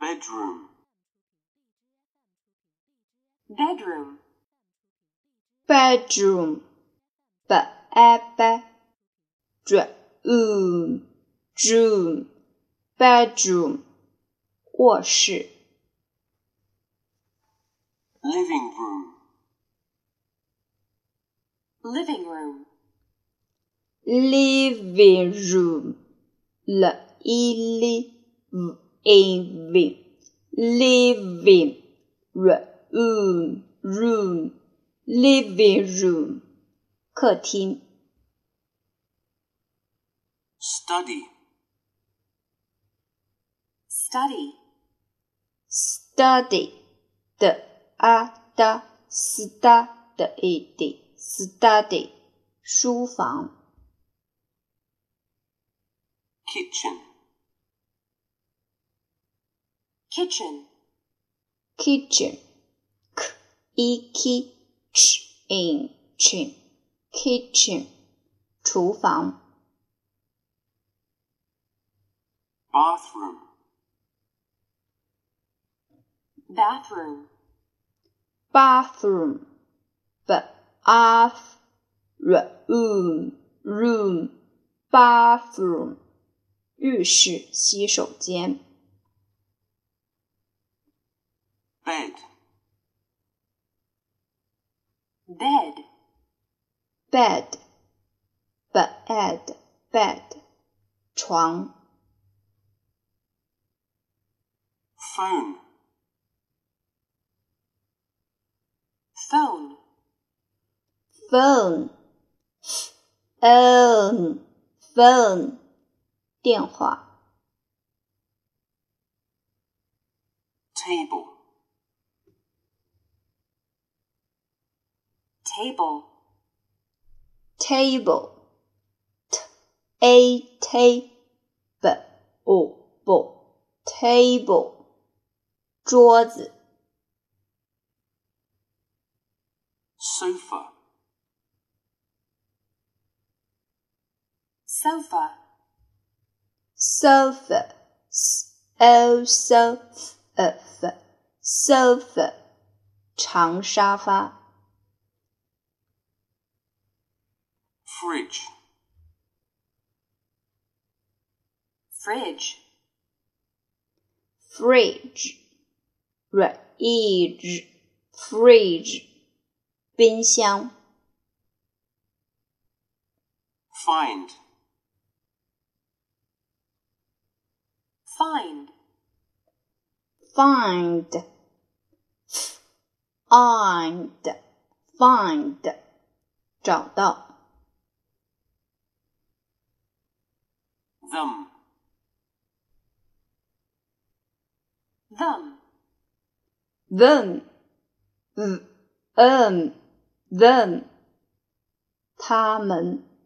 bedroom, bedroom, bedroom, 哎 b a b, room, room, bedroom，卧室 living room, living room, living room, l i l i v i n g living room room living 嗯 room 客厅 study, study, study 的啊的 study 的 study 书房 kitchen, kitchen, kitchen k i k c h i n kitchen 厨房 bathroom, bathroom, bathroom bathroom room bathroom 浴室洗手间 bed, bed, bed bed bed 床 phone, phone, phone phone phone 电话 table, table, table t a t b o b table 桌子 sofa, sofa, sofa s oh, o s o f a sofa 长沙发 fridge, fridge, fridge fridge fridge 冰箱 find, find, find find find 找到 them, them, them them them 他们